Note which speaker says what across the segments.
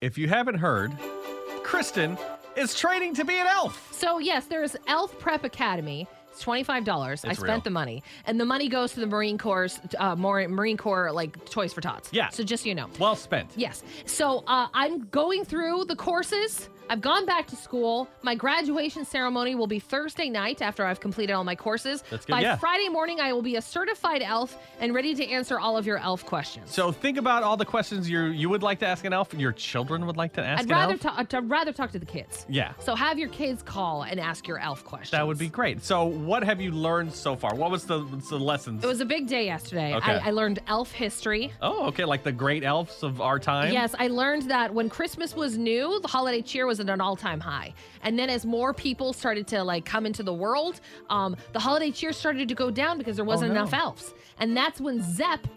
Speaker 1: If you haven't heard, Kristen is training to be an elf.
Speaker 2: So yes, there's Elf Prep Academy. It's twenty five dollars. I
Speaker 1: It's
Speaker 2: spent
Speaker 1: real.
Speaker 2: the money, and the money goes to the Marine Corps, uh, more Marine Corps like Toys for Tots.
Speaker 1: Yeah.
Speaker 2: So just so you know.
Speaker 1: Well spent.
Speaker 2: Yes. So uh, I'm going through the courses. I've gone back to school. My graduation ceremony will be Thursday night after I've completed all my courses.
Speaker 1: That's good,
Speaker 2: By
Speaker 1: yeah.
Speaker 2: Friday morning, I will be a certified elf and ready to answer all of your elf questions.
Speaker 1: So think about all the questions you you would like to ask an elf, your children would like to ask
Speaker 2: I'd
Speaker 1: an
Speaker 2: rather
Speaker 1: elf.
Speaker 2: ta- I'd rather talk to the kids.
Speaker 1: Yeah.
Speaker 2: So have your kids call and ask your elf questions.
Speaker 1: that would be great. So what have you learned so far? What was the, what's the lessons?
Speaker 2: It was a big day yesterday.
Speaker 1: Okay.
Speaker 2: I, I learned elf history.
Speaker 1: oh, okay, like the great elves of our time.
Speaker 2: Yes, I learned that when Christmas was new, the holiday cheer was at an all-time high. And then as more people started to like come into the world, um, the holiday cheer started to go down because there wasn't
Speaker 1: Oh, no.
Speaker 2: enough elves. And that's when Zepp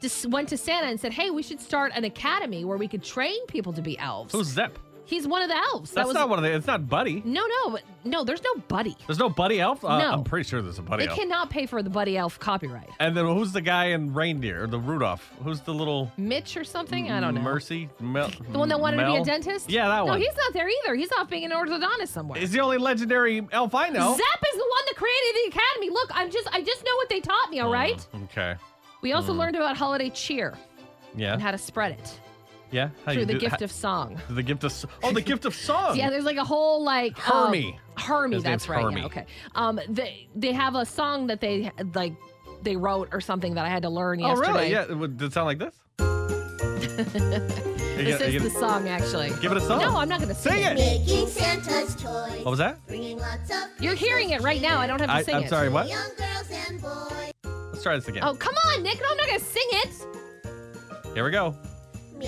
Speaker 2: just went to Santa and said, "Hey, we should start an academy where we could train people to be elves."
Speaker 1: Who's Zep?
Speaker 2: He's one of the elves.
Speaker 1: That's
Speaker 2: that was
Speaker 1: not one of the. It's not Buddy.
Speaker 2: No, no, but- no, there's no buddy.
Speaker 1: There's no Buddy Elf. Uh,
Speaker 2: No.
Speaker 1: I'm pretty sure there's a Buddy
Speaker 2: They
Speaker 1: Elf.
Speaker 2: cannot pay for the buddy elf copyright.
Speaker 1: And then who's the guy in Reindeer or the Rudolph? Who's the little
Speaker 2: Mitch or something? I don't know.
Speaker 1: Mercy? Mel,
Speaker 2: The one that wanted to be
Speaker 1: Mel?
Speaker 2: a dentist?
Speaker 1: Yeah, that one.
Speaker 2: No, he's not there either. He's off being an orthodontist somewhere.
Speaker 1: Is the only legendary elf I know.
Speaker 2: Zep is the one that created the academy. Look, I'm just I just know what they taught me, all right?
Speaker 1: Okay.
Speaker 2: We also
Speaker 1: Mm.
Speaker 2: learned about holiday cheer
Speaker 1: Yeah.
Speaker 2: and how to spread it
Speaker 1: yeah. How
Speaker 2: through the
Speaker 1: do-
Speaker 2: gift of song.
Speaker 1: The gift of s- oh, the gift of song.
Speaker 2: Yeah, there's like a whole like um,
Speaker 1: Hermy.
Speaker 2: Hermy,
Speaker 1: His
Speaker 2: that's
Speaker 1: name's
Speaker 2: right. yeah,
Speaker 1: Hermy.
Speaker 2: okay. Um they they have a song that they like they wrote or something that I had to learn
Speaker 1: oh,
Speaker 2: yesterday.
Speaker 1: really? Yeah. It would, did it sound like this? You
Speaker 2: This
Speaker 1: get- you
Speaker 2: is the
Speaker 1: get-
Speaker 2: song actually.
Speaker 1: Give it a song.
Speaker 2: No, I'm not gonna
Speaker 1: Sing it.
Speaker 3: Making Santa's toys.
Speaker 1: What was that?
Speaker 3: Bringing lots of
Speaker 2: You're hearing it right now. I don't have to
Speaker 1: I,
Speaker 2: sing
Speaker 1: I'm
Speaker 2: it.
Speaker 1: sorry. What?
Speaker 3: young girls and boys.
Speaker 1: Let's try this again.
Speaker 2: Oh come on, Nick! No, I'm not gonna sing it.
Speaker 1: Here we go.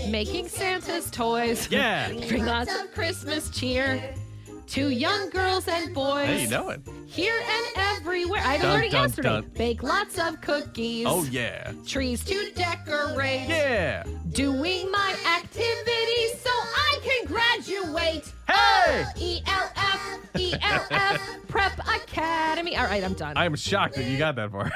Speaker 2: Making Santa's toys.
Speaker 1: Yeah.
Speaker 2: Bring lots of Christmas cheer to young girls and boys.
Speaker 1: hey, you know it.
Speaker 2: Here and everywhere. I had
Speaker 1: Dun,
Speaker 2: learned it
Speaker 1: dun,
Speaker 2: yesterday.
Speaker 1: dun.
Speaker 2: Bake lots of cookies.
Speaker 1: Oh yeah.
Speaker 2: Trees to decorate.
Speaker 1: Yeah.
Speaker 2: Doing my activities so I can graduate.
Speaker 1: Hey!
Speaker 2: E ELF, ELF, E Prep Academy. All right, I'm done.
Speaker 1: I am shocked that you got that far.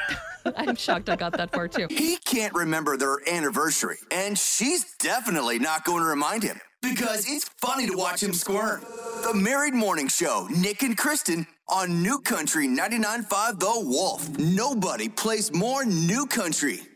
Speaker 2: I'm shocked I got that far too.
Speaker 4: He can't remember their anniversary, and she's definitely not going to remind him because it's funny to watch him squirm. The Married Morning Show, Nick and Kristen on New Country 99.5 The Wolf. Nobody plays more New Country.